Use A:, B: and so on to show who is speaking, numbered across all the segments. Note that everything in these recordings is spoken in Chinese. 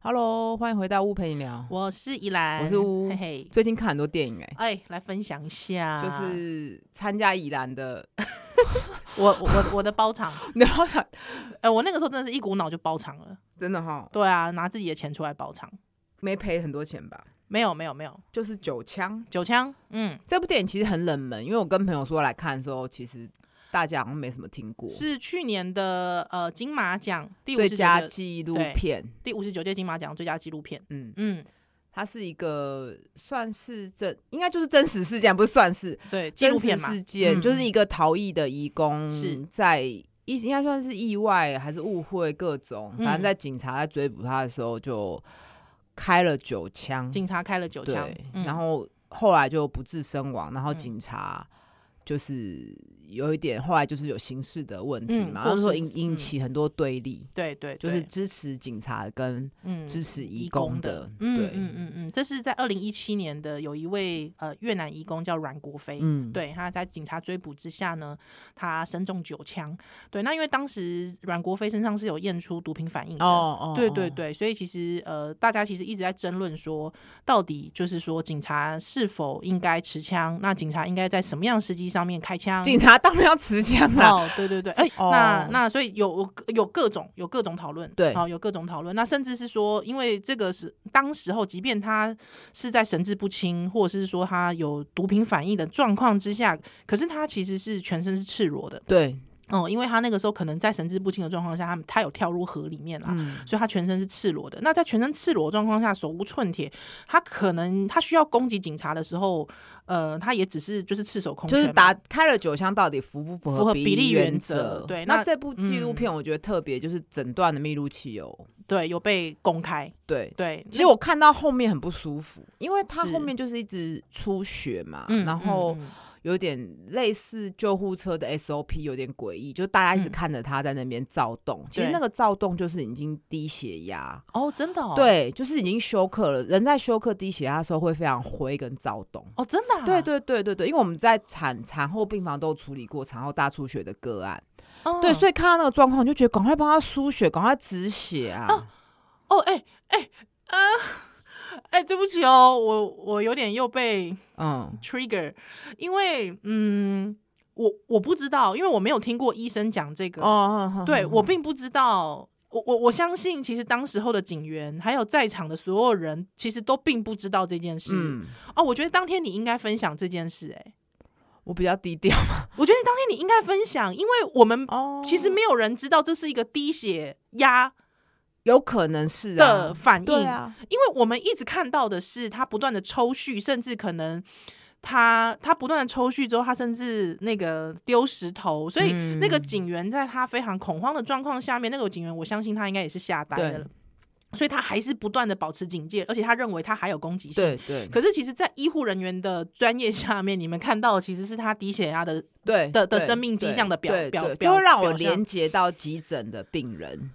A: Hello，欢迎回到屋陪你聊。
B: 我是依兰，
A: 我是乌
B: 嘿嘿，
A: 最近看很多电影哎、
B: 哎，来分享一
A: 啊
B: 下，
A: 就是参加宜兰的，
B: 我我我的包场，
A: 然后想
B: 哎，我那个时候真的是一股脑就包场了，
A: 真的哈，
B: 对啊，拿自己的钱出来包场，
A: 没赔很多钱吧？
B: 没有没有没有，
A: 就是九枪
B: 九枪，嗯，
A: 这部电影其实很冷门，因为我跟朋友说来看的时候，其实大家好像没什么听过。
B: 是去年的呃金马奖第五
A: 最
B: 十九
A: 佳
B: 届
A: 纪录片，
B: 第五十九届金马奖最佳纪录片，
A: 嗯，
B: 嗯，
A: 它是一个算是真，应该就是真实事件，不是算是
B: 对，纪
A: 真
B: 录
A: 实
B: 片嘛，
A: 事件，
B: 嗯
A: 就是一个逃逸的移工
B: 是
A: 在一应该算是意外还是误会各种，
B: 嗯
A: 反正在警察在追捕他的时候就开了九枪，
B: 警察开了九枪
A: 对，，
B: 嗯
A: 然后后来就不治身亡，然后
B: 嗯
A: 警察就是有一点后来就是有刑事的问题
B: 嗯
A: 嘛，
B: 过
A: 然后说
B: 失
A: 引
B: 嗯
A: 引起很多对立，
B: 对对，
A: 就是
B: 对
A: 支持警察跟
B: 嗯
A: 支持移
B: 移
A: 工
B: 工
A: 的，
B: 嗯
A: 对，
B: 嗯嗯嗯，这是在二零一七年的，有一位呃越南移工叫阮国飞，
A: 嗯，
B: 对，他在警察追捕之下呢，他身中九枪。对，那因为当时阮国飞身上是有验出毒品反应的。
A: 哦哦，
B: 对对
A: 哦，
B: 对，所以其实呃，大家其实一直在争论说，到底就是说警察是否应该持枪？那警察应该在什么样的时机上面开枪？
A: 警察当然要持枪 啦，
B: 哦，对对对，哎、
A: 哦
B: 那那所以有有各种有各种讨论，
A: 对
B: 哦，有各种讨论。那甚至是说，因为这个是当时候，即便他是在神志不清，或者是说他有毒品反应的状况之下，可是他其实是全身是赤裸的，
A: 对，
B: 哦，因为他那个时候可能在神志不清的状况下，他他有跳入河里面啦，啊
A: 嗯，
B: 所以他全身是赤裸的。那在全身赤裸的状况下，手无寸铁，他可能他需要攻击警察的时候，呃，他也只是就是赤手空
A: 就
B: 拳嘛，
A: 是打开了九枪，到底符不符
B: 符合
A: 比
B: 比例
A: 原
B: 原则对
A: 那嗯
B: 那
A: 这部纪录片我觉得特别，就是整段的密录汽油。
B: 对，有被公开，
A: 对，
B: 对，
A: 其实我看到后面很不舒服，因为他
B: 是
A: 后面就是一直出血嘛，
B: 嗯，
A: 然后
B: 嗯嗯
A: 有点类似救护车的 SOP，有点诡异，就大家一直
B: 嗯
A: 看着他在那边躁动。其实
B: 对
A: 那个躁动就是已经低血压，
B: 哦，真的、哦，，
A: 对，就是已经休克了。人在休克低血压的时候会非常灰跟躁动。
B: 哦，真的、啊，
A: 对，对对对对，因为我们在产产后病房都有处理过产后大出血的个案，
B: 哦、
A: 对，所
B: 以
A: 以看到那个状况，你就觉得赶快帮他输血，赶快止血啊！
B: 哦，哎哎啊，哎，对不起哦，我我有点又被
A: 嗯，
B: trigger，因为嗯，我我不知道，因为我没有听过医生讲这个，
A: 哦，
B: 对我并不知道。我我我相信，其实当时候的警员还有在场的所有人，其实都并不知道这件事。
A: 嗯，
B: 哦，我觉得当天你应该分享这件事、哎，
A: 我比较低调
B: 我觉得当天你应该分享，因为我 们
A: 哦
B: 其实没有人知道这是一个低血压
A: 有可能是
B: 的
A: 啊，
B: 反应，
A: 对啊，
B: 因为我们一直看到的是他不断的抽蓄，甚至可能他他不断的抽蓄之后，他甚至那个丢石头，所以
A: 嗯
B: 那个警员在他非常恐慌的状况下面，那个警员我相信他应该也是吓呆
A: 对
B: 了，所以他还是不断的保持警戒，而且他认为他还有攻击性。
A: 对对
B: 可是，其实，在医护人员的专业下面，你们看到的其实是他低血压的
A: 对
B: 的的
A: 对
B: 生命迹
A: 对
B: 象的表
A: 对
B: 表
A: 对
B: 表
A: 就会让我
B: 表象啊
A: 连接到急诊的病人，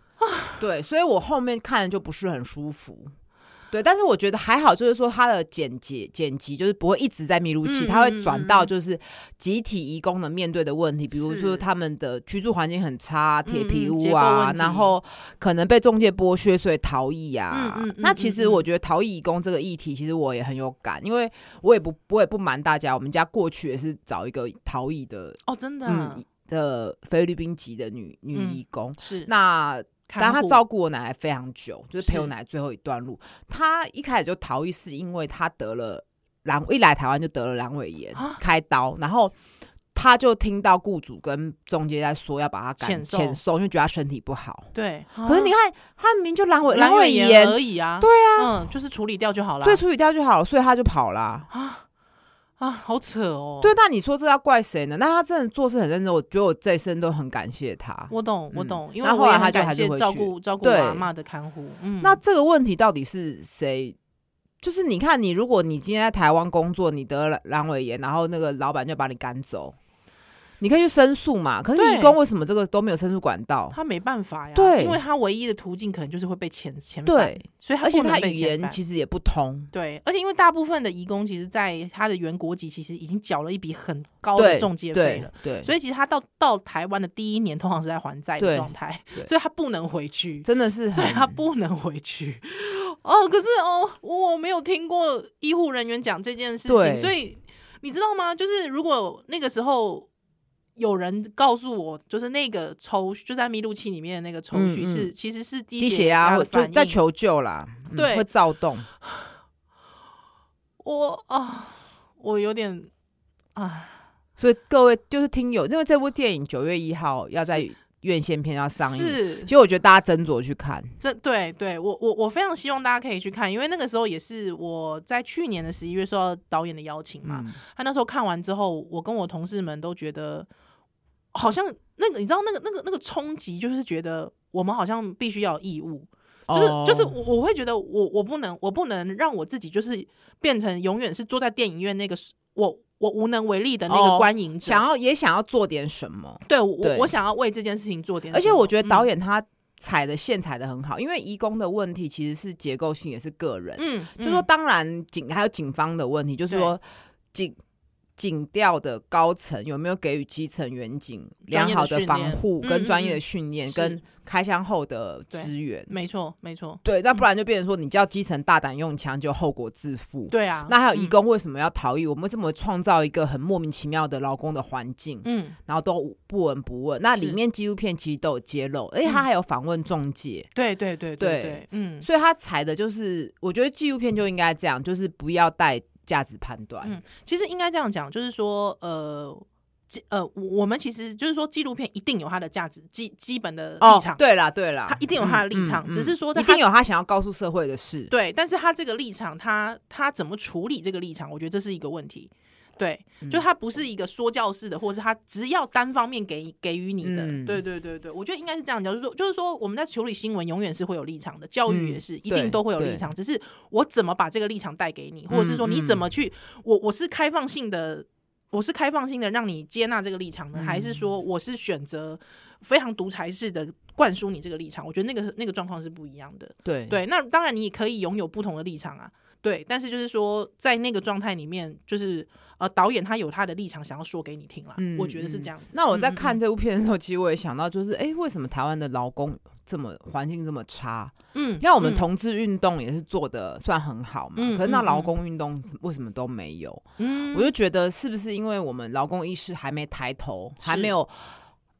A: 对，所以我后面看就不是很舒服。对，但是我觉得还好，就是说它的剪辑剪辑就是不会一直在迷路期，
B: 嗯
A: 它会
B: 嗯
A: 转
B: 嗯
A: 到
B: 嗯
A: 就是集体移工能面对的问题，比如说
B: 是
A: 他们的居住环境很差，铁
B: 嗯
A: 皮
B: 嗯
A: 屋
B: 结构
A: 啊，
B: 问
A: 然
B: 题
A: 后可能被中介剥削，所以逃逸啊。
B: 嗯嗯嗯
A: 那其
B: 嗯
A: 实
B: 嗯
A: 我觉得逃逸移工这个议题，其实我也很有感，因为我也不我也不瞒大家，我们家过去也是找一个逃逸的
B: 哦，真的、
A: 嗯的菲律宾籍的女女
B: 嗯
A: 义工。
B: 是。
A: 那
B: 看
A: 但她
B: 护
A: 照顾我奶奶非常久，就是陪我
B: 是
A: 奶奶最后一段路。她一开始就逃逸，是因为她得了阑，一来台湾就得了阑尾炎
B: 啊，
A: 开刀，然后。她就听到雇主跟中介在说要把她赶
B: 遣送
A: 遣送，因为觉得她身体不好。
B: 对，
A: 可是你
B: 啊
A: 看，她明明就阑尾阑
B: 阑
A: 尾
B: 尾炎
A: 炎，
B: 而已啊，
A: 对
B: 啊，嗯，就是处理掉就好了。
A: 对，处理掉就好了，所以她就跑啦。
B: 啊啊，好扯哦。，
A: 对，那你说这要怪谁呢？那她真的做事很认真，我觉得我这一生都很感谢她。
B: 我懂，我
A: 嗯
B: 懂，因
A: 那
B: 为
A: 后
B: 我
A: 来
B: 也
A: 他
B: 很
A: 就还
B: 感
A: 是
B: 谢
A: 回
B: 照
A: 去
B: 顾照顾
A: 对
B: 我阿妈的看护。嗯，
A: 那这个问题到底是谁？就是你看，你如果你今天在台湾工作，你得了阑尾炎，然后那个老板就把你赶走，你可以去申诉嘛。可是
B: 对
A: 义工为什么这个都没有申诉管道？
B: 他没办法呀，
A: 对
B: 因为他唯一的途径可能就是会被遣遣返，
A: 对，
B: 所以他
A: 而且
B: 不能
A: 他
B: 被
A: 语
B: 遣
A: 言
B: 返
A: 其实也不通。
B: 对，而且因为大部分的移工其实，在他的原国籍其实已经缴了一笔很高的中介费
A: 对
B: 了。
A: 对，
B: 所以其实他到到台湾的第一年，通常是在还债
A: 对
B: 的状态
A: 对，
B: 所以他不能回去，
A: 真的是很
B: 对他不能回去，哦，可是哦，我没有听过医护人员讲这件事情，
A: 对
B: 所以你知道吗？就是如果那个时候有人告诉我，就是那个抽就在密录器里面的那个抽
A: 嗯
B: 取
A: 嗯
B: 是、其实是低
A: 低
B: 血
A: 血压
B: 的
A: 会啊就
B: 反
A: 在
B: 应
A: 求救啦，嗯
B: 对
A: 会躁动。
B: 我啊、我有点啊，
A: 所以各位就是听友，因为这部电影九月一号要在院线片要上映，
B: 是
A: 其实我觉得大家斟酌去看。
B: 这对对我我我非常希望大家可以去看，因为那个时候也是我在去年的十一月受到导演的邀请嘛，
A: 嗯，
B: 他那时候看完之后，我跟我同事们都觉得，好像那个你知道那个那个那个冲击，就是觉得我们好像必须要有义务，就是、
A: 哦
B: 就是我我会觉得我我不能我不能让我自己就是变成永远是坐在电影院那个我我无能为力的那个
A: 哦
B: 观影者。
A: 想要也想要做点什么，
B: 对我
A: 对
B: 我想要为这件事情做点什么，嗯
A: 而且我觉得导
B: 演
A: 演他踩的线踩的很好，因为移工的问题其实是结构性，也是个人。
B: 嗯，嗯
A: 就说当然警还有警方的问题，就是说警警调的高层有没有给予基层员警良
B: 专业的
A: 好的防护、
B: 训练嗯
A: 跟专业
B: 嗯嗯
A: 的训练、
B: 是
A: 跟开枪后的
B: 对
A: 支援。
B: 没错没错，
A: 对，那不然就变成说你叫基层大胆用枪，就后果自负。
B: 对啊，
A: 那还有
B: 嗯
A: 义，工为什么要逃逸？我们为什么创造一个很莫名其妙的劳工的环境，
B: 嗯，
A: 然后都不闻不问？那
B: 是
A: 里面纪录片其实都有揭露，而且
B: 嗯
A: 他还有访问中介，
B: 对对对
A: 对
B: 对，嗯，
A: 所以他裁的就是，我觉得纪录片就应该这样，就是不要带价值判断。
B: 嗯其实应该这样讲，就是说，呃，纪呃，我我们其实就是说，纪录片一定有它的价值，基基本的立场，
A: 哦对啊嗯啦对啦，
B: 他一定有他的立场只是说在
A: 一定
B: 他
A: 有他想要告诉社会的事。
B: 对但是他这个立场，他他怎么处理这个立场，我觉得这是一个问题。对，
A: 嗯
B: 就他不是一个说教式的，或者是他只要单方面给给予你的，
A: 嗯
B: 对对对对，我觉得应该是这样讲，就是说，就是说我们在处理新闻永远是会有立场的，教育也
A: 嗯
B: 是、一
A: 对
B: 定都会有立
A: 对
B: 场，只是我怎么把这个立场带给你，或者是说你
A: 嗯
B: 怎么去，我我是开放性的，我是开放性的让你接纳这个立场呢，还
A: 嗯
B: 是说我是选择非常独裁式的灌输你这个立场？我觉得那个那个状况是不一样的。
A: 对
B: 对，那当然你也可以拥有不同的立场啊。对，但是就是说，在那个状态里面，就是呃，导演他有他的立场想要说给你听啦，
A: 嗯
B: 我觉得是这样子。
A: 那我在
B: 嗯
A: 看，这部片的时候，其实我也想到，就是哎、诶为什么台湾的劳工这么环境这么差？
B: 嗯，嗯
A: 像我们
B: 嗯
A: 同志运动也是做的算很好嘛，
B: 嗯
A: 可是那
B: 嗯
A: 劳
B: 嗯
A: 工运动是为什么都没有？
B: 嗯
A: 我就觉得是不是因为我们劳工意识还没抬头，
B: 是
A: 还没有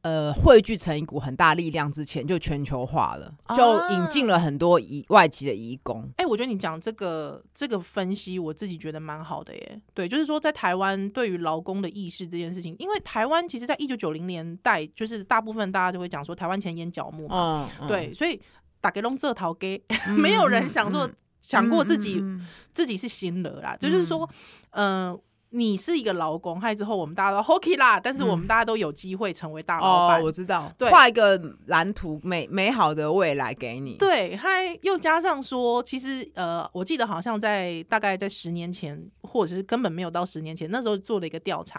A: 呃汇聚成一股很大力量之前，就全球化了，
B: 啊
A: 就引进了很多移外籍的移工。
B: 哎、我觉得你讲这个这个分析，我自己觉得蛮好的耶。对，就是说在台湾对于劳工的意识这件事情，因为台湾其实在一九九零年代，就是大部分大家就会讲说台湾前眼角目嘛，
A: 嗯，嗯
B: 对，所以打给龙这头给，
A: 嗯
B: 没有人想说、
A: 嗯嗯
B: 想过自己、
A: 嗯嗯嗯
B: 自己是新人啦，就是说，嗯、你是一个劳工，害之后我们大家都 hockey 啦，但是我们大家都有机会成为大老
A: 哦
B: 板，，
A: 我知道，
B: 对
A: 画一个蓝图美美好的未来给你。
B: 对，还又加上说，其实呃，我记得好像在大概在十年前，或者是根本没有到十年前，那时候做了一个调查，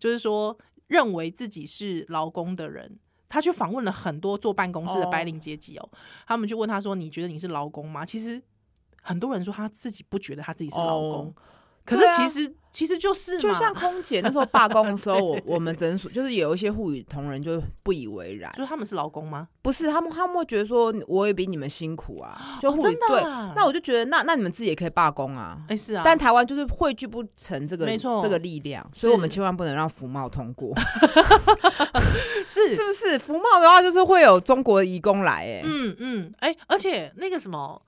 B: 就是说认为自己是劳工的人。他去访问了很多坐办公室的白领阶级哦，他们就问他说：“你觉得你是劳工吗？”其实很多人说他自己不觉得他自己是劳工，
A: 哦
B: 可是
A: 对啊
B: 其实、其实就是
A: 就
B: 嘛
A: 像空姐那时候罢工的时候，我我们诊所就是有一些护理同仁就不以为然，
B: 说他们是劳工吗？
A: 不是他们他们会觉得说我也比你们辛苦啊，就
B: 哦
A: 护理、
B: 真的
A: 对。
B: 啊、
A: 那我就觉得那那你们自己也可以罢工啊
B: 哎、，是啊，
A: 但台湾就是汇聚不成这个
B: 没错
A: 这个力量，所以我们
B: 是
A: 千万不能让福茂通 过，
B: 是
A: 是不是？福茂的话就是会有中国的移工来、哎、
B: 嗯嗯，哎、而且那个什么，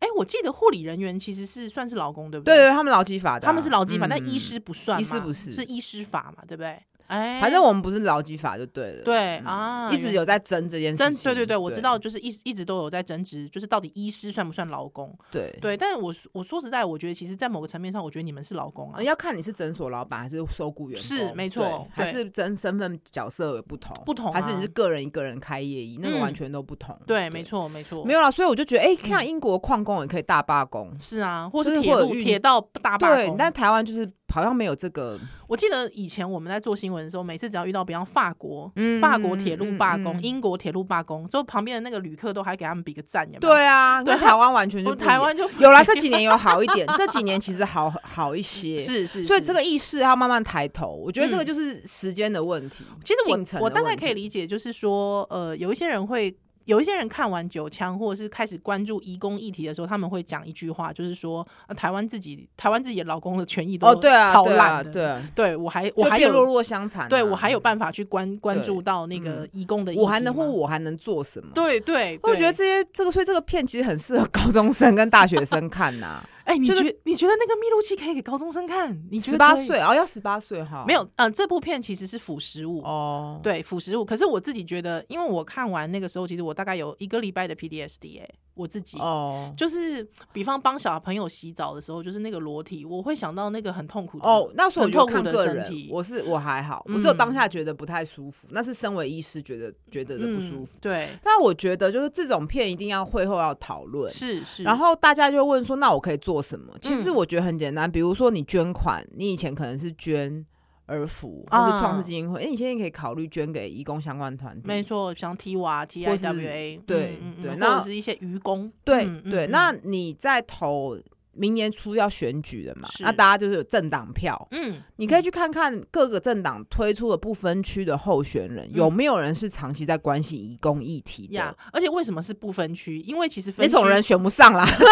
B: 哎、我记得护理人员其实是算是劳工，对不
A: 对
B: 对
A: 对，他们劳基法的啊、
B: 他们是劳基法，
A: 嗯
B: 但医，师不算嘛，
A: 医师不是
B: 是医师法嘛，对不对？哎、
A: 反正我们不是劳基法就对了，
B: 对
A: 嗯
B: 啊
A: 一直有在争这件事
B: 争
A: 情，
B: 对对对，我知道，就是一一直都有在争执，就是到底医师算不算劳工？
A: 对。
B: 对，但是我我说实在，我觉得其实，在某个层面上，我觉得你们是劳工啊
A: 呃，要看你是诊所老板还是收雇员工，
B: 是没错
A: 对
B: 对
A: 还是真身份角色有不同，
B: 不同
A: 还
B: 啊
A: 是你是个人一个人开业医，那个
B: 嗯
A: 完全都不同。
B: 对，没，错嗯没错，
A: 没
B: 有
A: 有啦，所以我就觉得，哎，像英国矿工也可以大罢工，
B: 是啊，或
A: 就是是
B: 铁
A: 会有
B: 路
A: 运
B: 铁道大罢
A: 对
B: 工，，
A: 但台湾就是好像没有这个，
B: 我记得以前我们在做新闻的时候，每次只要遇到，比方法国，
A: 嗯
B: 法国铁路罢工、
A: 嗯嗯嗯
B: 英国铁路罢工，之后旁边的那个旅客都还给他们比个赞，有没有？
A: 对啊，
B: 对
A: 跟台湾完全就
B: 我们
A: 不一
B: 台
A: 样
B: 湾就
A: 有啦，这几年有好一点，这几年其实好好一些，
B: 是是，
A: 所以
B: 是
A: 这个意识要慢慢抬头。我觉得这个
B: 嗯
A: 就是时间的问题，
B: 其实
A: 进程
B: 我
A: 的
B: 我大概
A: 问
B: 可以
A: 题
B: 理解，就是说，呃，有一些人会有一些人看完《九枪》或者是开始关注移工议题的时候，他们会讲一句话，就是说、啊、台湾自己台湾自己的劳工的权益都
A: 哦，对啊，
B: 超
A: 对啊，
B: 烂的，
A: 对啊，
B: 对我还我
A: 就
B: 还
A: 变落
B: 有
A: 落相残啊。
B: 对我还有办法去关关
A: 对嗯
B: 注到那个移工的议题
A: 我
B: 吗，
A: 还能或我还能做什么？
B: 对对，
A: 我觉得
B: 对
A: 这些这个，所以这个片其实很适合高中生跟大学生看 呐、
B: 哎、你
A: 就
B: 觉
A: 是
B: 你觉得那个密录器可以给高中生看？你觉得
A: 十八
B: 可以
A: 岁哦，要十八岁哈，
B: 没有？嗯、这部片其实是腐蚀物。
A: 哦，
B: 对腐蚀物，可是我自己觉得，因为我看完那个时候，其实我大概有一个礼拜的 PDSD 哎、我自己、
A: 哦
B: 就是比方帮小朋友洗澡的时候，就是那个裸体，我会想到那个很痛苦的
A: 哦，那所以我就
B: 很痛苦
A: 看
B: 的
A: 个
B: 身
A: 人
B: 体，
A: 我是我还好，我只有
B: 嗯
A: 当下觉得不太舒服，那是身为医师觉得觉得的不舒服。
B: 嗯对，
A: 但我觉得就是这种片一定要会后要讨论，
B: 是嗯是，
A: 然后大家就问说，那我可以做什么？其实我觉得很简单，比如说你捐款，你以前可能是捐儿福或
B: 啊
A: 是创世基金会，哎、你现在可以考虑捐给义工相关团体。
B: 没错，像 T 娃 T
A: 或
B: I
A: 是
B: W A，嗯
A: 对对
B: 或
A: 那
B: 者是一些愚公，
A: 对、
B: 嗯嗯
A: 对，
B: 嗯
A: 那你在投明年初要选举了嘛？
B: 是
A: 那大家就是有政党票，
B: 嗯，
A: 你可以去看看各个政党推出的不分区的候选人、
B: 嗯
A: 有没有人是长期在关心移工议题的。
B: 呀，而且为什么是不分区？因为其实分
A: 那种
B: 区
A: 人选不上啦，
B: 因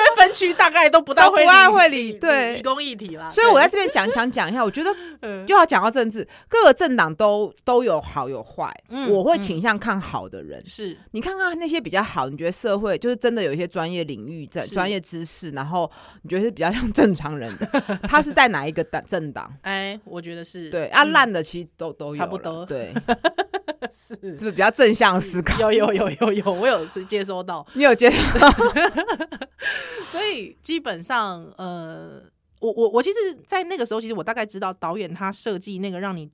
B: 为分区大概都不大
A: 都
B: 会
A: 不爱
B: 理
A: 会
B: 理
A: 理
B: 理
A: 对
B: 理工议题啦。
A: 所以我在这边 讲想讲一下，我觉得
B: 对
A: 又要讲到政治，各个政党都都有好有坏，
B: 嗯
A: 我会
B: 嗯
A: 倾向看好的人。
B: 是
A: 你看看那些比较好，你觉得社会就是真的有一些专业领域在
B: 是
A: 专业知识，然后你觉得是比较像正常人 的，他是在哪一个党政党？
B: 哎，我觉得是
A: 对啊，
B: 嗯
A: 烂的其实都都有啦，
B: 差不多
A: 对，
B: 是嗯
A: 是不是比较正向思考？
B: 有有有有有，我有是接收到，
A: 你有觉得？
B: 所以基本上呃，我我我其实，在那个时候，其实我大概知道导演他设计那个让你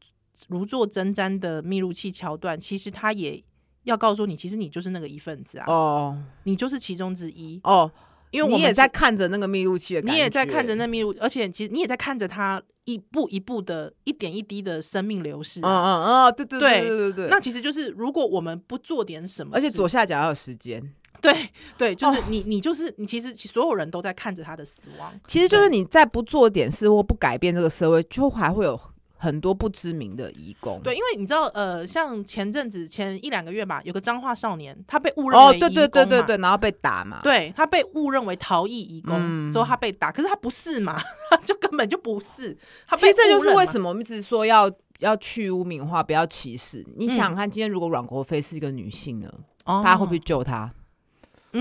B: 如坐针毡的密录器桥段，其实他也要告诉你，其实你就是那个一份子啊，
A: 哦
B: 你就是其中之一，
A: 哦，
B: 因为我
A: 你
B: 们
A: 也
B: 是
A: 在看着那个密录器的感觉，
B: 你也在看着那密录，而且其实你也在看着他一步一步的、一点一滴的生命流逝
A: 嗯，
B: 啊。
A: 嗯嗯，对对
B: 对
A: 对对对。
B: 那其实就是，如果我们不做点什么
A: 而
B: 事，
A: 且左下角还有时间，
B: 对对，就是你，你就是你，其实所有人都在看着他的死亡。
A: 其实就是你再不做点事或不改变这个社会，就还会有很多不知名的移工。
B: 对，因为你知道，呃，像前阵子前一两个月吧，有个彰化少年，他被误认为
A: 哦，对
B: 移
A: 对对
B: 工
A: 对
B: 嘛，
A: 对，然后被打嘛。
B: 对他被误认为逃逸移工、
A: 嗯
B: 之后，他被打，可是他不是嘛， 他就根本就不是。他
A: 其实这就是为
B: 么
A: 什么我们一直说要要去污名化，不要歧视。你想想看，今天如果阮国飞是一个女性呢，
B: 哦
A: 大家会不会救她？
B: 会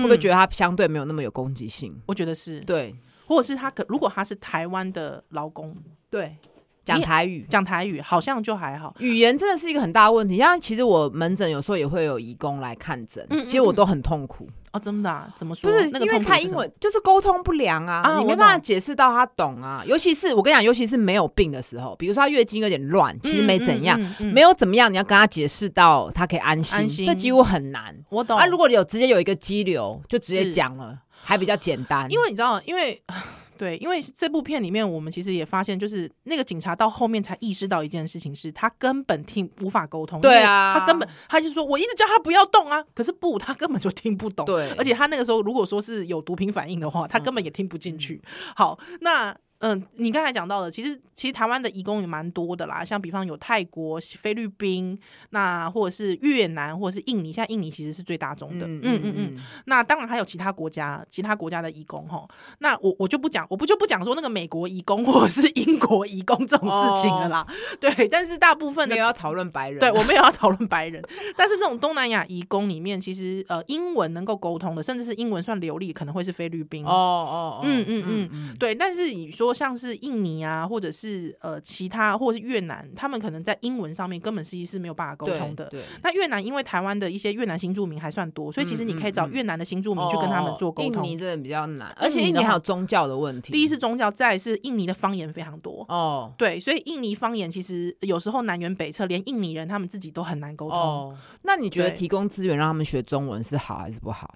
A: 会不会觉得
B: 得？
A: 她相对没有那么有攻击性？
B: 嗯我觉得是，
A: 嗯对
B: 或者是他可如果他是台湾的劳工，
A: 对，讲台语。
B: 讲台语好像就还好。
A: 语言真的是一个很大的问题，像其实我门诊有时候也会有义工来看诊，
B: 嗯嗯
A: 其实我都很痛苦，
B: 哦，真的、啊？怎么说？
A: 不是
B: 那个
A: 因为
B: 痛苦
A: 他
B: 是
A: 英
B: 什么
A: 文就是沟通不良啊，
B: 啊
A: 你没
B: 我
A: 办法
B: 懂
A: 解释到他懂啊。尤其是我跟你讲，尤其是没有病的时候，比如说他月经有点乱，其实没怎样，
B: 嗯嗯嗯
A: 没有怎么样，你要跟他解释到他可以安心，
B: 安心
A: 这几乎很难。
B: 我懂。
A: 啊，如果有直接有一个激流，就直接
B: 是
A: 讲了，还比较简单。
B: 因为你知道，因为 对，因为这部片里面，我们其实也发现，就是那个警察到后面才意识到一件事情是，他根本听无法沟通。
A: 对
B: 因为
A: 啊
B: 他根本他就说我一直叫他不要动啊，可是不，他根本就听不懂。
A: 对
B: 而且他那个时候如果说是有毒品反应的话，他根本也听不进去。好，那。嗯，你刚才讲到了，其实其实台湾的移工也蛮多的啦，像比方有泰国、菲律宾，那或者是越南，或者是印尼。现在印尼其实是最大宗的，嗯嗯嗯那当然还有其他国家，其他国家的移工哈。那我我就不讲，我不就不讲说那个美国移工或者是英国移工这种事情了啦。对，但是大部分
A: 哦没
B: 的
A: 有要讨论白人，啊
B: 对我没有要讨论白人， 但是那种东南亚移工里面，其实呃英文能够沟通的，甚至是英文算流利，可能会是菲律宾
A: 哦哦，
B: 嗯嗯嗯，对。但是你说像是印尼啊，或者是呃其他，或者是越南，他们可能在英文上面根本是是没有办法沟
A: 对
B: 通的。
A: 对，
B: 那越南因为台湾的一些越南新住民还算多，所以其实你可以找越南的新住民去跟他们做沟
A: 嗯哦
B: 通。
A: 印尼真的比较难，而且
B: 印尼
A: 印
B: 的
A: 尼
B: 话
A: 还有宗教的问题。
B: 第一是宗教，再来是印尼的方言非常多。
A: 哦
B: 对，所以印尼方言其实有时候南辕北辙，连印尼人他们自己都很难沟通。
A: 哦，那你觉得
B: 对
A: 提供资源让他们学中文是好还是不好？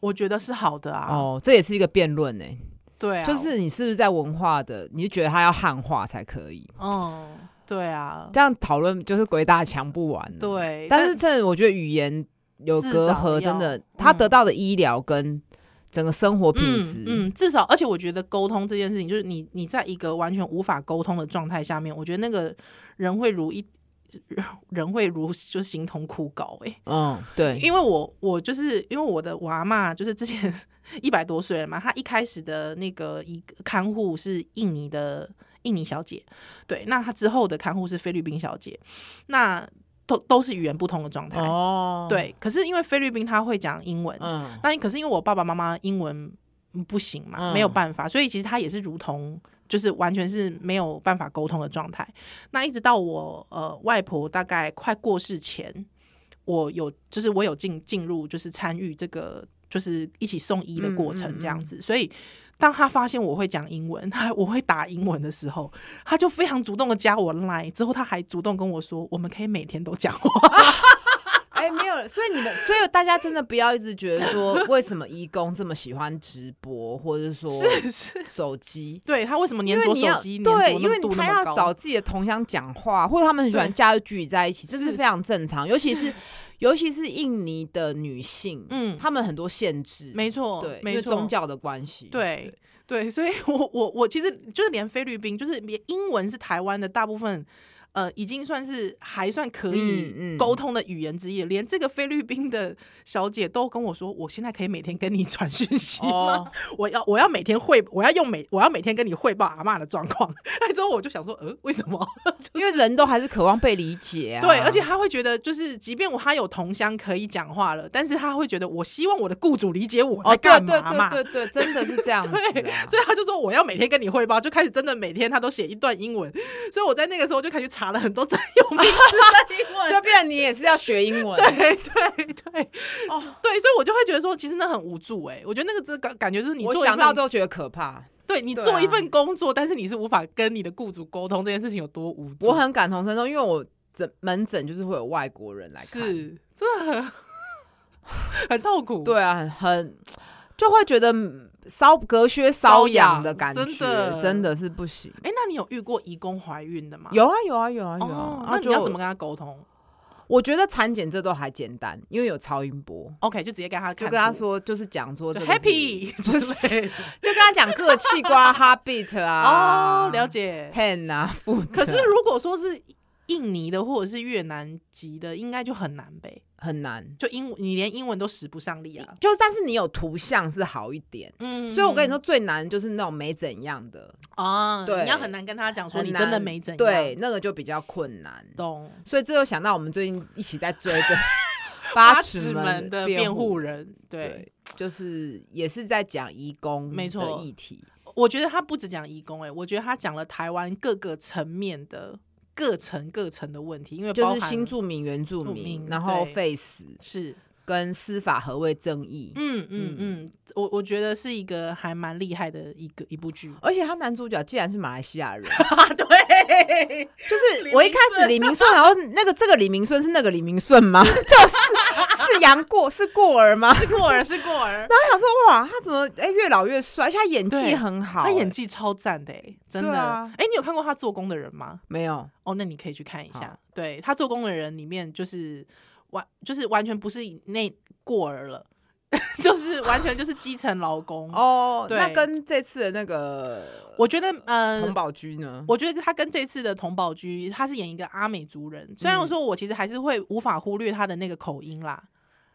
B: 我觉得是好的啊，
A: 哦，这也是一个辩论呢，
B: 对啊，
A: 就是你是不是在文化的，你就觉得他要汉化才可以？
B: 嗯，对啊，
A: 这样讨论就是鬼打墙不完了。嗯
B: 对，
A: 但是真的，我觉得语言有
B: 至
A: 隔
B: 少
A: 阂，
B: 要
A: 真的
B: 嗯，
A: 他得到的医疗跟整个生活品
B: 嗯
A: 质，
B: 嗯，至少，而且我觉得沟通这件事情，就是你你在一个完全无法沟通的状态下面，我觉得那个人会如一 人会如就形同枯槁哎、
A: 嗯，对，
B: 因为我我就是因为我的娃嘛，就是之前 一百多岁了嘛，她一开始的那个一个看护是印尼的印尼小姐，对，那她之后的看护是菲律宾小姐，那都都是语言不通的状态，
A: 哦，，
B: 对。可是因为菲律宾她会讲英文，
A: 嗯，
B: 那可是因为我爸爸妈妈英文不行嘛，
A: 嗯
B: 没有办法，所以其实他也是如同就是完全是没有办法沟通的状态。那一直到我呃外婆大概快过世前，我有就是我有进进入就是参与这个就是一起送医的过
A: 嗯
B: 程这样子，所以。当他发现我会讲英文， 他我会打英文的时候，他就非常主动的加我 line，之后他还主动跟我说，我们可以每天都讲
A: 哦
B: 话。
A: 哎、没有，所以你们，所以大家真的不要一直觉得说，为什么义工这么喜欢直播，或者说
B: 是是，
A: 手机？
B: 对他为什么
A: 因 为
B: 粘着
A: 你
B: 手
A: 要
B: 机，
A: 对，
B: 粘着
A: 因为
B: 那么度
A: 他
B: 那么
A: 要
B: 高
A: 找自己的同乡讲话，或者他们很喜欢
B: 对
A: 家聚在一起，这是
B: 是
A: 非常正常。尤其是尤其是印尼的女性，
B: 嗯
A: 她们很多限制，
B: 没错，
A: 对，因
B: 没
A: 为
B: 错，
A: 宗教的关系，
B: 对对，所以我我我其实就是连菲律宾，就是连英文是台湾的大部分。呃，已经算是还算可
A: 嗯
B: 以
A: 嗯
B: 沟通的语言之一了，连这个菲律宾的小姐都跟我说，我现在可以每天跟你传讯息吗？
A: 哦，
B: 我要我要每天汇，我要用每我要每天跟你汇报阿嬷的状况。 那之后我就想说，呃，为什么？
A: 因为人都还是渴望被理解啊，
B: 对，而且他会觉得，就是即便我他有同乡可以讲话了，但是他会觉得，我希望我的雇主理解我
A: 哦，
B: 在
A: 对
B: 干
A: 对
B: 嘛嘛。
A: 对对对，真的是这 样子、
B: 对
A: 啊，，
B: 所以他就说我要每天跟你汇报，就开始真的每天他都写一段英文，所以我在那个时候就开始查了很多真有
A: 哎
B: 名字的英文。
A: 就变成你也是要学英文，
B: 对对 对，
A: 哦
B: 对，所以我就会觉得说，其实那很无助哎、我觉得那个这感感觉就是你
A: 我
B: 做一
A: 想
B: 份
A: 到都觉得可怕。
B: 对你
A: 对
B: 做一
A: 啊
B: 份工作，但是你是无法跟你的雇主沟通这件事情有多无助，
A: 我很感同身受，因为我诊门诊就是会有外国人来看，
B: 是真的很 很痛苦，
A: 对啊，很很就会觉得搔隔靴搔痒的感觉，
B: 真的
A: 真的是不行。
B: 哎、那你有遇过移工怀孕的吗？
A: 有啊有啊有啊有啊
B: 哦，，
A: 啊
B: 那你要怎么？
A: 就
B: 跟他沟通
A: 我觉得产检这都还简单，因为有超音波，
B: ？OK，就直接跟他
A: 就
B: 看
A: 跟他
B: 图
A: 说就是讲说
B: 就
A: 这个是
B: happy
A: 就
B: 之
A: 是
B: 类的。
A: 就跟他讲各器 官 habit 啊，
B: 哦，了解。
A: hand 啊，负责
B: 可是如果说是印尼的或者是越南籍的，应该就很难呗。
A: 很难。
B: 就英你连英文都使不上力啊。
A: 就但是你有图像是好一点，
B: 嗯
A: 所以我跟你说最难就是那种没怎样的，
B: 啊，
A: 对
B: 你要很难跟他讲说
A: 很
B: 你真的
A: 难
B: 没怎样。
A: 对，，那个就比较困难。
B: 懂。
A: 所以这又想到我们最近一起在追 的
B: 八
A: 尺
B: 尺
A: 门
B: 门的
A: 辩
B: 辩护
A: 人，
B: 人，对，
A: 对，就是也是在讲移工
B: 没错
A: 的议题，
B: 我觉得他不只讲移工，哎，我觉得他讲了台湾各个层面的各层各层的问题，因为
A: 就
B: 包
A: 是
B: 含
A: 新住民、原住
B: 住
A: 民，
B: 民
A: 然后
B: 对
A: 废死
B: 是
A: 跟司法何谓正义。
B: 嗯嗯嗯，我我觉得是一个还蛮厉害的一个一部剧
A: 而且他男主角竟然是马来西亚 人，
B: 啊， 对，
A: 就是
B: 李
A: 我一
B: 明
A: 开始
B: 顺
A: 李明顺，然后那个这个李明顺是那个李明顺吗？就是是杨过是过儿 吗？
B: 是过儿是过儿，
A: 然后想说哇，他怎么哎、越老越帅，而且他演技
B: 对
A: 很好、
B: 他
A: 哎
B: 演技超赞的、欸，真的。
A: 对
B: 哎、
A: 啊
B: 你有看过他做工的人吗？
A: 没有
B: 哦，那你可以去看一下
A: 好。
B: 对他做工的人里面，就是完就是完全不是以那过儿了， 就是完全就是基层劳工。
A: 哦，
B: 对
A: 那跟这次的那个
B: 我觉得，嗯、
A: 童宝驹呢？
B: 我觉得他跟这次的童宝驹，他是演一个阿美族人，虽然
A: 嗯
B: 说我其实还是会无法忽略他的那个口音啦，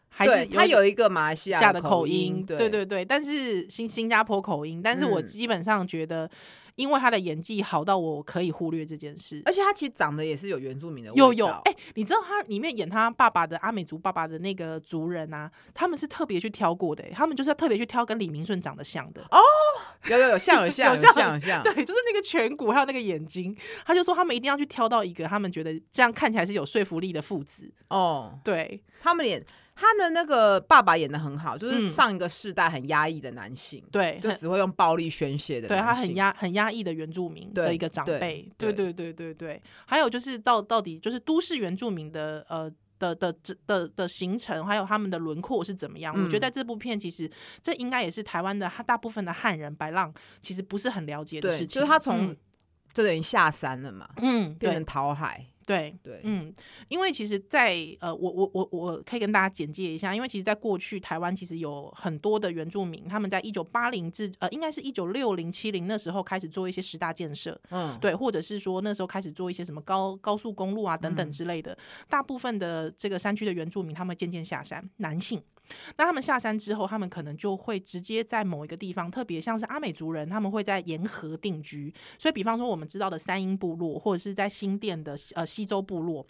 B: 还
A: 对
B: 是
A: 他
B: 一
A: 有一个马来西
B: 下
A: 亚
B: 的
A: 口
B: 口音，
A: 对
B: 对对对，但是新新加坡口音，但是我
A: 嗯
B: 基本上觉得，因为他的演技好到我可以忽略这件事。
A: 而且他其实长得也是有原住民的味道，
B: 又有哎、你知道他里面演他爸爸的阿美族爸爸的那个族人啊，他们是特别去挑过的、欸他们就是要特别去挑跟李明顺长得像的。啊哦，
A: 有有有像有像
B: 有
A: 有
B: 像
A: 像有像，
B: 对，就是那个颧骨还有那个眼睛，他就说他们一定要去挑到一个他们觉得这样看起来是有说服力的父子。
A: 哦，
B: 对，
A: 他们演他的那个爸爸演的很好，就是
B: 嗯
A: 上一个世代很压抑的男性，
B: 对，
A: 就
B: 很
A: 只会用暴力宣泄的
B: 对
A: 男性，
B: 他很压很压抑的原住民的
A: 对
B: 一个长
A: 对
B: 辈，
A: 对
B: 对对对对对。还有就是到到底就是都市原住民的呃。的的的的的形成，还有他们的轮廓是怎么样？我觉得
A: 嗯
B: 在这部片，其实这应该也是台湾的他大部分的汉人白浪其实不是很了解的
A: 对，
B: 事情。
A: 就是他从
B: 嗯
A: 就等于下山了嘛，
B: 嗯
A: 变成
B: 对
A: 讨海，
B: 对，
A: 对，
B: 嗯，因为其实在，呃，我我我我可以跟大家简介一下，因为其实，在过去台湾其实有很多的原住民，他们在一九八零至呃，应该是一九六零七零那时候开始做一些十大建设，
A: 嗯，
B: 对，或者是说那时候开始做一些什么高高速公路啊等等之类的。大部分的这个山区的原住民，他们渐渐下山，男性。那他们下山之后，他们可能就会直接在某一个地方，特别像是阿美族人，他们会在沿河定居。所以，比方说我们知道的三英部落，或者是在新店的西呃西周部落。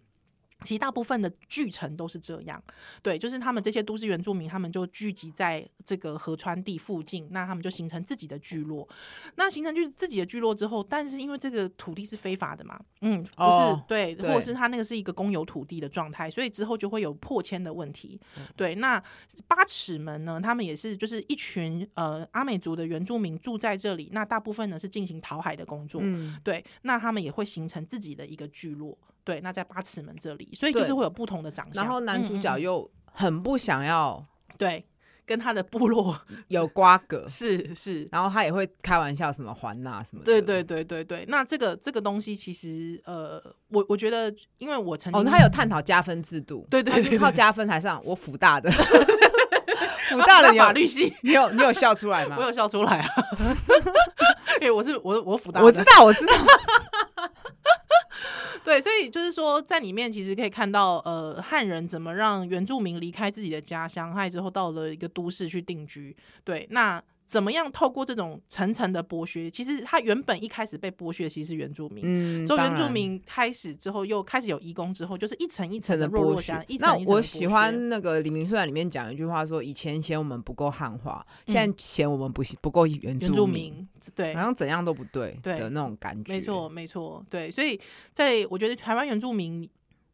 B: 其实大部分的巨城都是这样，对，就是他们这些都市原住民，他们就聚集在这个河川地附近，那他们就形成自己的聚落。那形成就自己的聚落之后，但是因为这个土地是非法的嘛，嗯，不是、
A: 哦
B: 对，
A: 对
B: 或者是他那个是一个公有土地的状态，所以之后就会有破迁的问题。
A: 嗯
B: 对，那八尺门呢，他们也是就是一群呃阿美族的原住民住在这里，那大部分呢是进行淘海的工作，
A: 嗯，
B: 对，那他们也会形成自己的一个聚落。对，那在八尺门这里，所以就是
A: 对
B: 会有不同的长相。
A: 然后男主角
B: 嗯嗯
A: 又很不想要
B: 嗯对跟他的部落
A: 有瓜葛，
B: 是是，
A: 然后他也会开玩笑什么还呐什么的，
B: 对对对对对。那这个这个东西其实呃，我我觉得，因为我曾经
A: 哦，他有探讨加分制度，
B: 对对
A: 他
B: 对
A: 是靠加分才上我辅大 的，辅
B: 辅
A: 大 的你
B: 法
A: 有
B: 律系，
A: 你有你有笑出来吗
B: 我？有笑出来啊， 因为我是我我辅大的，
A: 我知道我知道，
B: 对，所以就是说，在里面其实可以看到，呃，汉人怎么让原住民离开自己的家乡，还有之后到了一个都市去定居。对，那怎么样透过这种层层的剥削？其实他原本一开始被剥削，其实是原住民。
A: 嗯，
B: 从原
A: 当
B: 住
A: 然
B: 民开始之后，又开始有移工之后，就是一层一层
A: 层
B: 的
A: 的
B: 弱
A: 剥
B: 弱
A: 削
B: 相，一层
A: 那
B: 一层的
A: 我
B: 剥
A: 喜
B: 削
A: 欢那个李明顺里面讲一句话说，以前嫌我们不够汉化，现在嫌我们不不够原
B: 原住
A: 民，
B: 民，对
A: 好，像怎样都不对
B: 对
A: 的那种感觉。
B: 没错，，没错，对，所以在我觉得台湾原住民。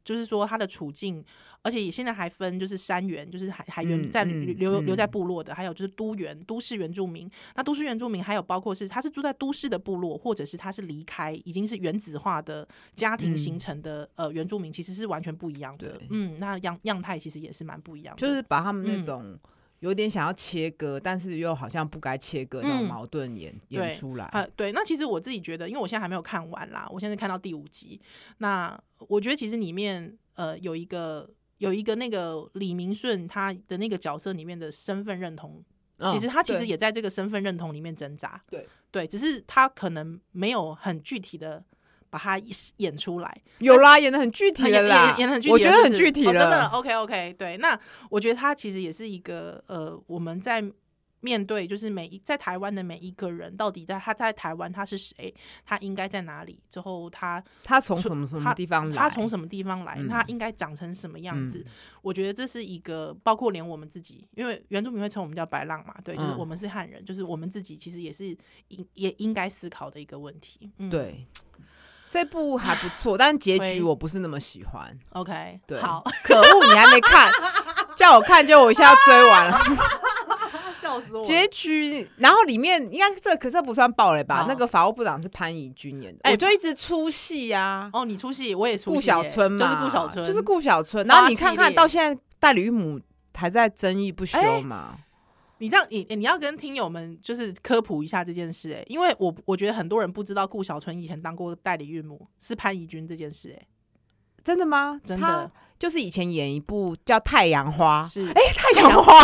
B: 就是说，他的处境，而且也现在还分，就是山原，就是海海原
A: 嗯
B: 在
A: 嗯
B: 留留留在
A: 嗯
B: 部落的，还有就是都原都市原住民。那都市原住民还有包括是他是住在都市的部落，或者是他是离开已经是原子化的家庭
A: 嗯
B: 形成的、呃原住民，其实是完全不一样的
A: 对。
B: 嗯，那样样态其实也是蛮不一样的。
A: 就是把他们
B: 嗯
A: 那种有点想要切割，但是又好像不该切割那
B: 嗯
A: 种矛盾演
B: 对
A: 演出来。
B: 啊，对，那其实我自己觉得，因为我现在还没有看完啦，我现在看到第五集，那我觉得其实里面呃有一个有一个那个李明顺他的那个角色里面的身份认同，
A: 嗯
B: 其实他其实
A: 对
B: 也在这个身份认同里面挣扎，
A: 对
B: 对，只是他可能没有很具体的。把它演出来，
A: 有啦，演的很具体
B: 演
A: 了
B: 啊演
A: 啦，
B: 演得很具体了，
A: 我觉得
B: 是
A: 很
B: 不是
A: 具体
B: 哦真的
A: 了。
B: OK OK，对，那我觉得他其实也是一个呃，我们在面对就是每一在台湾的每一个人，到底在他在台湾他是谁，他应该在哪里，之后他
A: 他从什么什么地方来？
B: 他从什么地方来，
A: 嗯
B: 他应该长成什么样
A: 嗯
B: 子，我觉得这是一个，包括连我们自己，因为原住民会称我们叫白浪嘛，对，就是
A: 嗯
B: 我们是汉人，就是我们自己其实也是应也应该思考的一个问题。嗯，
A: 对。这部还不错，但结
B: 会
A: 局我不是那么喜欢。
B: ，OK，
A: 对
B: 好，
A: 可恶，你还没看， 叫我看就我一下追完了。
B: 笑死 我
A: 结局，然后里面应该这可这不算暴雷吧
B: 好？
A: 那个法务部长是潘怡君演的，
B: 哎
A: 我就一直出戏呀、啊。
B: 哦，你出戏，我也出戏耶，
A: 顾小春
B: 就
A: 嘛，
B: 是顾小春，
A: 就是顾小春。然后你看
B: 八系
A: 看
B: 列哎
A: 到现在，代理母还在争议不休嘛？
B: 你这样，你你要跟听友们就是科普一下这件事、欸，因为我我觉得很多人不知道顾小春以前当过代理孕母是潘怡君这件事、欸，
A: 真的吗？
B: 真
A: 他
B: 的
A: 就是以前演一部叫《太阳花》，
B: 是
A: 哎，《太阳 花》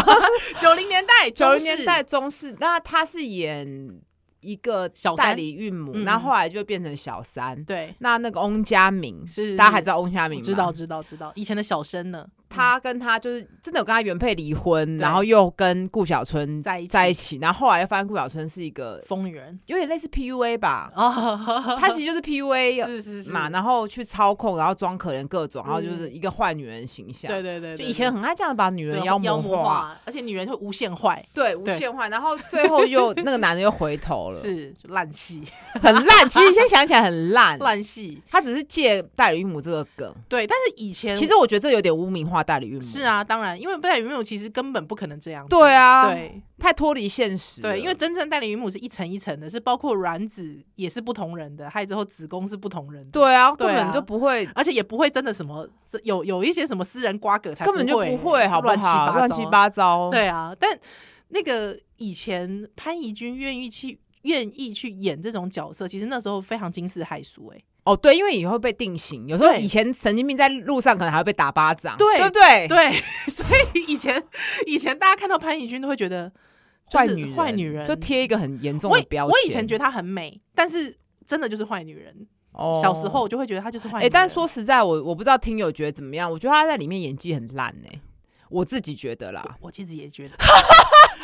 B: 九零年代，
A: 九
B: 中
A: 零
B: 式
A: 年代中式，那他是演一个
B: 小三
A: 代理孕母，
B: 嗯
A: 然后后来就变成小三。
B: 对，
A: 那那个翁佳明，
B: 是
A: 大家还知
B: 道
A: 道翁佳明吗？
B: 知道知道知道，以前的小生呢，
A: 他跟他就是真的有跟他原配离婚，
B: 对
A: 然后又跟顾小春
B: 在一起
A: 在一起，然后后来又发现顾小春是一个
B: 疯女人
A: 有点类似 PUA 吧，
B: 哦，
A: 他其实就是 PUA
B: 是是是嗯
A: 嘛，然后去操控，然后装可怜各种，然后就是一个坏女人形象。
B: 对对对，
A: 就
B: 对
A: 以前很爱这样把女
B: 对
A: 人
B: 对
A: 妖
B: 魔
A: 魔化，
B: 而且女人会无限坏，
A: 对无限坏，然后最后 又那个男的又回头了，
B: 是就烂戏
A: 很 烂。其实现在想起来很烂，
B: 烂戏，
A: 他只是借代理孕母这个梗。
B: 对，但是以前
A: 其实我觉得这有点污名化代理孕母，
B: 嗯是啊，当然，因为代理孕母其实根本不可能这样子，
A: 嗯对啊
B: 对。
A: 太脱离现实了。
B: 对，因为真正代理孕母是一层一层的，是包括卵子也是不同人的，还有之后子宫是不同人的，，
A: 对啊，
B: 对啊
A: 根本就不会
B: 而且也不会真的什么有有一些什么私人瓜葛才
A: 根本就
B: 不
A: 不会，好不
B: 乱七
A: 好？
B: 八
A: 乱七
B: 糟。
A: 八糟。，
B: 对啊，但那个以前潘怡君愿意去愿意去演这种角色，其实那时候非常惊世骇俗哎、
A: 哦，对，因为以后被定型，有时候
B: 对
A: 以前神经病在路上可能还会被打巴掌，
B: 对
A: 对不对？
B: 对， 所以以前以前大家看到潘怡君都会觉得就
A: 坏
B: 是
A: 女人，
B: 坏女人
A: 就贴一个很严重
B: 我
A: 的
B: 以
A: 标签。
B: 我以前觉得她很美，但是真的就是坏女人。
A: 哦
B: 小时候，我就会觉得她就是坏女
A: 哎、
B: 人。
A: 但说实在，我我不知道听友觉得怎么样，我觉得他在里面演技很烂哎、我自己觉得啦，
B: 啊我其实也觉得，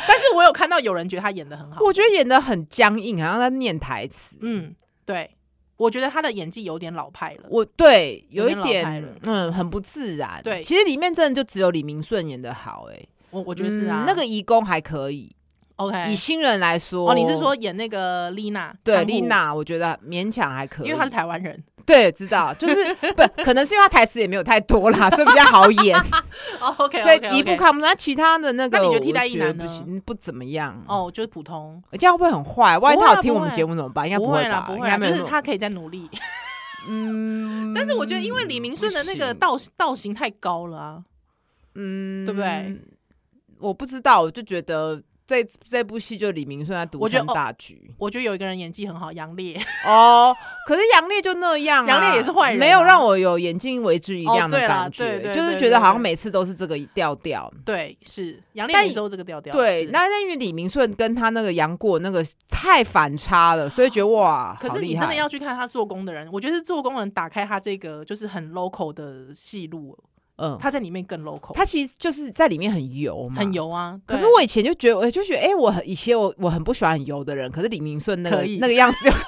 B: 但是我有看到有人觉得她演的很好。
A: 我觉得演的很僵硬，好像在念台词。
B: 嗯，对，我觉得她的演技有点老派了。
A: 我对
B: 有
A: 有一
B: 点老派了
A: 点嗯很不自然。
B: 对
A: 其实里面真的就只有李明顺演的好哎、
B: 我我
A: 我
B: 觉得是啊，
A: 那个义工还可以，
B: OK
A: 以。新人来说，
B: 哦，你是说演那个丽娜？
A: 对
B: 看护
A: 丽，娜，我觉得勉强还可以，
B: 因为她是台湾人。
A: 对知道，就是 不可能是因为他台词也没有太多啦，所以比较好 演，
B: 哦，OK，
A: 所以一部看不出。那其他的那个，
B: 那你觉得替代
A: 我
B: 役男呢
A: 不行，不怎么样哦。
B: 哦，就是普通，
A: 这样会不会很坏？万一
B: 不会啊
A: 他有听我们
B: 不会
A: 节目怎么办？应该
B: 不
A: 会
B: 啦，
A: 吧？
B: 不
A: 应
B: 会
A: 该
B: 啦，
A: 没
B: 就
A: 有
B: 是
A: 那种。
B: 她可以再努力。
A: 嗯
B: 但是我觉得，因为李明顺的那个
A: 不行
B: 道道行太高了啊，
A: 嗯
B: 对不对？
A: 我不知道，我就觉得这这部戏就李明顺在独
B: 我觉
A: 山
B: 得哦
A: 大局
B: 我觉得有一个人演技很好，杨烈，
A: 哦。可是杨烈就那样啊、
B: 杨烈也是坏人啊
A: 没有让我有眼睛为之一亮的
B: 哦对啦
A: 感觉，
B: 对对
A: 就是
B: 对
A: 觉得好像
B: 对
A: 每次都是这个调调。
B: 对，是杨烈
A: 但
B: 每次都这个调调。
A: 对，
B: 是
A: 那那因为李明顺跟他那个杨过那个太反差了，所以觉得哇，
B: 可
A: 好
B: 是你
A: 厉
B: 真的
A: 害
B: 要去看他做工的人，我觉得是做工人打开他这个就是很 local 的戏路，
A: 嗯，
B: 他在里面更 local，
A: 他其实就是在里面很油嘛，
B: 很。油啊。
A: 可是
B: 对
A: 我以前就觉得，我就觉得，哎、我很以前我我很不喜欢很油的人，可是李明顺那个
B: 可以
A: 那个样子就，就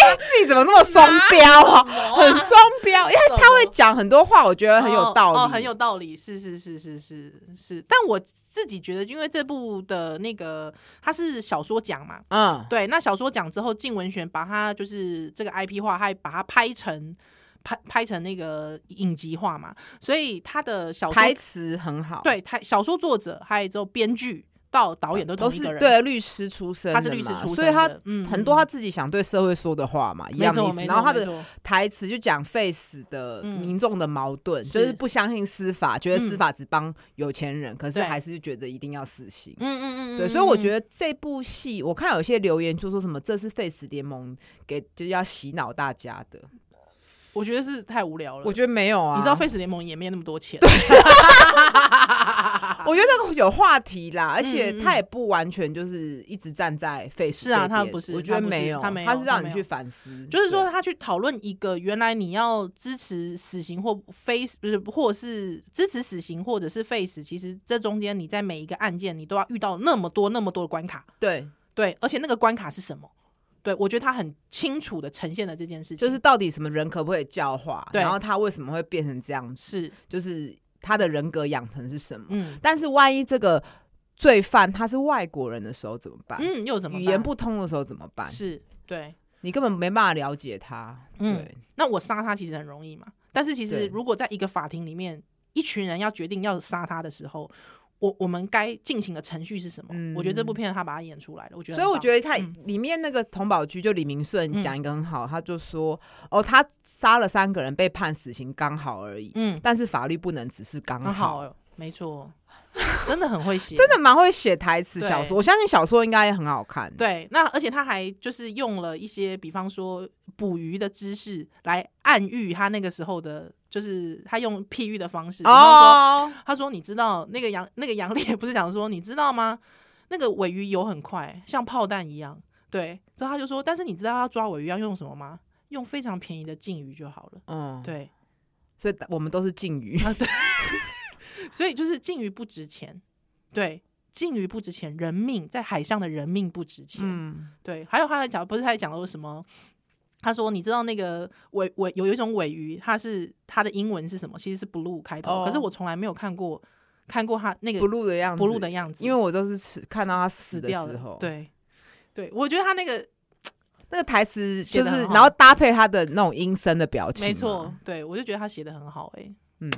A: 哎、自己怎么那么双标啊，很双标，因为他会讲很多话，我觉得很有道理，
B: 哦哦很有道理，是是是是是是。但我自己觉得，因为这部的那个它是小说奖嘛，
A: 嗯，
B: 对，那小说奖之后，靳文璇把它就是这个 IP 化，还把它拍成拍拍成那个影集化嘛，所以他的小说
A: 台词很好，，
B: 对台小说作者还有之后编剧到导演都
A: 都
B: 同一
A: 是
B: 个人，，
A: 对律师出身的嘛，
B: 他是律师出身的，
A: 所以他。
B: 嗯
A: 很多他自己想对社会说的话嘛，一
B: 没
A: 样的
B: 错
A: 意
B: 没
A: 思。
B: 错
A: 然后他
B: 没
A: 的
B: 错
A: 台词就讲 face 的
B: 嗯
A: 民众的矛盾，
B: 是
A: 就是不相信司法，觉得司
B: 嗯
A: 法只帮有钱人，可是
B: 对
A: 还是觉得一定要死刑。
B: 嗯嗯嗯，
A: 对，所以我觉
B: 得
A: 得这部戏，我看有些留言就说什么这是 Face 联盟给就是要洗脑大家的，
B: 我觉得是太无聊了，
A: 我觉得没有啊，
B: 你知道 Face 联盟也没有那么多钱，
A: 我觉得这个有话题啦，而且
B: 嗯嗯
A: 他也不完全就是一直站在 Face
B: 是啊
A: 这边
B: 他不是
A: 我觉
B: 他
A: 得
B: 不是
A: 没有，
B: 他没有
A: 他是
B: 他
A: 让
B: 没
A: 你去
B: 有
A: 反思，
B: 就是说
A: 对，
B: 他去讨论一个原来你要支持死刑或非不是或是支持死刑或者是废死，其实这中间你在每一个案件你都要遇到那么多那么多的关卡，
A: 对，
B: 对，而且那个关卡是什么？对我觉得他很清楚的呈现了这件事情，
A: 就是到底什么人可不可以教化，
B: 对
A: 然后他为什么会变成这样子，
B: 是
A: 就是他的人格养成是什么？
B: 嗯
A: 但是万一这个罪犯他是外国人的时候怎么办？
B: 嗯又怎么
A: 啊语
B: 办
A: 言不通的时候怎么办？
B: 是对，
A: 你根本没办法了解他。
B: 嗯
A: 对，
B: 那我杀他其实很容易嘛，但是其实
A: 对
B: 如果在一个法庭里面，一群人要决定要杀他的时候。我我们该进行的程序是什么？
A: 嗯
B: 我觉得这部片他把它演出来了，我觉得
A: 所以
B: 很棒。
A: 我觉得他
B: 嗯
A: 里面那个童宝驹就李明顺
B: 嗯
A: 讲一个很好，他就说哦，他杀了三个人被判死刑刚好而已，
B: 嗯，
A: 但是法律不能只是刚
B: 很
A: 好。
B: 好哦，没错，真的很会 写，
A: 真的蛮会写台词
B: 对
A: 小说，我相信小说应该也很好看。，
B: 对。那而且他还就是用了一些，比方说捕鱼的知识来暗喻他那个时候的，就是他用譬喻的方式，比方说，
A: 哦，
B: 他说：“你知道那个杨那个杨 烈不是讲说，你知道吗？那个尾鱼游很快，像炮弹一样。”对，之后他就说：“但是你知道要抓尾鱼要用什么吗？用非常便宜的禁鱼就好了。”
A: 嗯，
B: 对，
A: 所以我们都是禁语，
B: 所以就是禁鱼不值钱，对，禁鱼不值钱，人命在海上的人命不值钱，
A: 嗯，
B: 对。还有他还讲，不是他还讲了什么？他说：“你知道那个尾尾有一种尾鱼，它是它的英文是什么？其实是 blue 开头，
A: 哦
B: 可是我从来没有看过看过它那个
A: 嗯不录的样子，
B: blue 的样子，
A: 因为我都是吃看到他死
B: 死
A: 的
B: 掉
A: 时
B: 了
A: 候，。，
B: 对，对，我觉得他那个
A: 那个台词
B: 写
A: 就
B: 得很
A: 是，
B: 好
A: 然后搭配他的那种阴森的表情，
B: 没错，，对我就觉得他写的很好、欸，哎，
A: 嗯，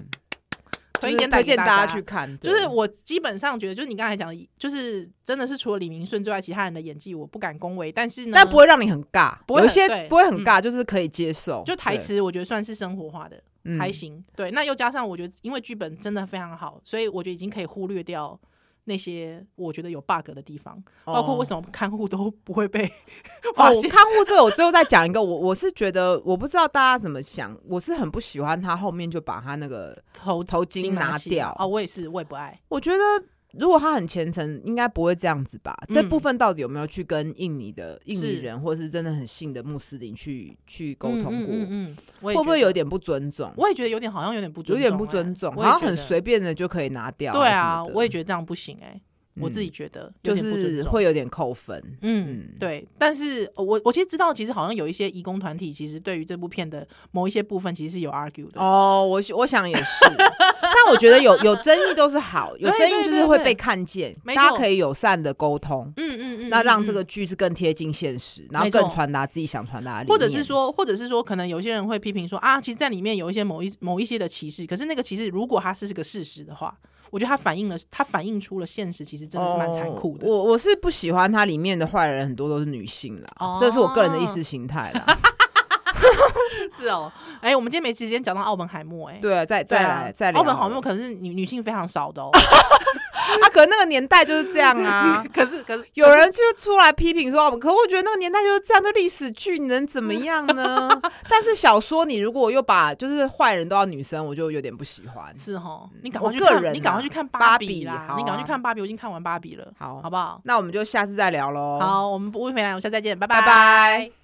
B: 推
A: 就是
B: 荐
A: 推荐
B: 大
A: 大家去。”看，对
B: 就是我基本上觉得，就是你刚才讲的，就是真的是除了李明顺之外，其他人的演技我不敢恭维，但是呢，
A: 但不会让你很尬，
B: 不会
A: 有一
B: 很对嗯
A: 些不会很尬，就是可以接受。
B: 就台
A: 对，
B: 词，我觉得算是生活化的，
A: 嗯
B: 还行。对，那又加上我觉得，因为剧本真的非常好，所以我觉得已经可以忽略掉那些我觉得有 bug 的地方，包括为什么看护都不会被发
A: 哦，
B: 现。
A: 看护这个我最后再讲一个，我我是觉得我不知道大家怎么想，我是很不喜欢他后面就把他那个，
B: 头
A: 头巾
B: 巾
A: 拿
B: 洗
A: 掉
B: 啊、我也是，我也不爱。
A: 我觉得如果他很虔诚，应该不会这样子吧？
B: 嗯
A: 这部分到底有没有去跟印尼的印尼
B: 是
A: 人，或是真的很信的穆斯林去去沟
B: 嗯
A: 通过？
B: 嗯嗯嗯我也
A: 会不会
B: 觉得
A: 有？点不尊重？
B: 我也觉得有点，好像有点不尊
A: 有
B: 重
A: 点不尊重，
B: 哎
A: 好像很。
B: 我也觉得
A: 随便的就可以拿掉。
B: 对啊，我也
A: 觉
B: 觉得这样不行哎、我自己觉得有
A: 嗯就
B: 点不尊
A: 是
B: 重
A: 会有点扣分。
B: 嗯
A: 嗯，
B: 对，但是呃我我其实知道，其实好像有一些义工团体，其实对于这部片的某一些部分，其实是有 argue 的。
A: 哦，我我想也是， 但我觉得有有争议都是好，有
B: 对
A: 争
B: 对
A: 议就
B: 对
A: 是会
B: 对
A: 被看见，
B: 没
A: 大家
B: 错
A: 可以友善的沟通，
B: 嗯嗯嗯，
A: 那
B: 嗯
A: 让
B: 嗯
A: 这个剧是更贴近现实，然后
B: 没错
A: 更传达自己想传达的理念，
B: 嗯或者是说，或者是说，可能有些人会批评说啊，其实，在里面有一些某一某一些的歧视，可是那个歧视如果它是个事实的话，我觉得它反映了，它反映出了现实，其实真的是蛮残酷的。
A: 哦我我是不喜欢它里面的坏人很多都是女性啦，
B: 哦
A: 这是我个人的意识形态 啦。
B: 是哦，哎、我们今天没时间讲到澳本海默、哎，
A: 对，再
B: 对
A: 再
B: 啊，
A: 来再聊
B: 澳本海默可能是女女性非常少的哦，。
A: 啊，可能那个年代就是这样啊
B: 可是可是
A: 有人就出来批评说，啊可我觉得那个年代就是这样的历史剧，你能怎么样呢？ 但是小说你如果又把就是坏人都要女生，我就有点不喜欢。
B: 是哦，你赶
A: 嗯我
B: 快去
A: 个
B: 看，
A: 人
B: 你赶
A: 啊
B: 快去看
A: 芭
B: 比
A: 比
B: 啦，
A: 好
B: 你赶快
A: 啊
B: 去看芭比，我已经看完芭比了，
A: 好
B: 好不好？
A: 那我们就下次再聊喽。，
B: 好，我们不会回来，我们下次再见，拜
A: 拜
B: 拜
A: 拜。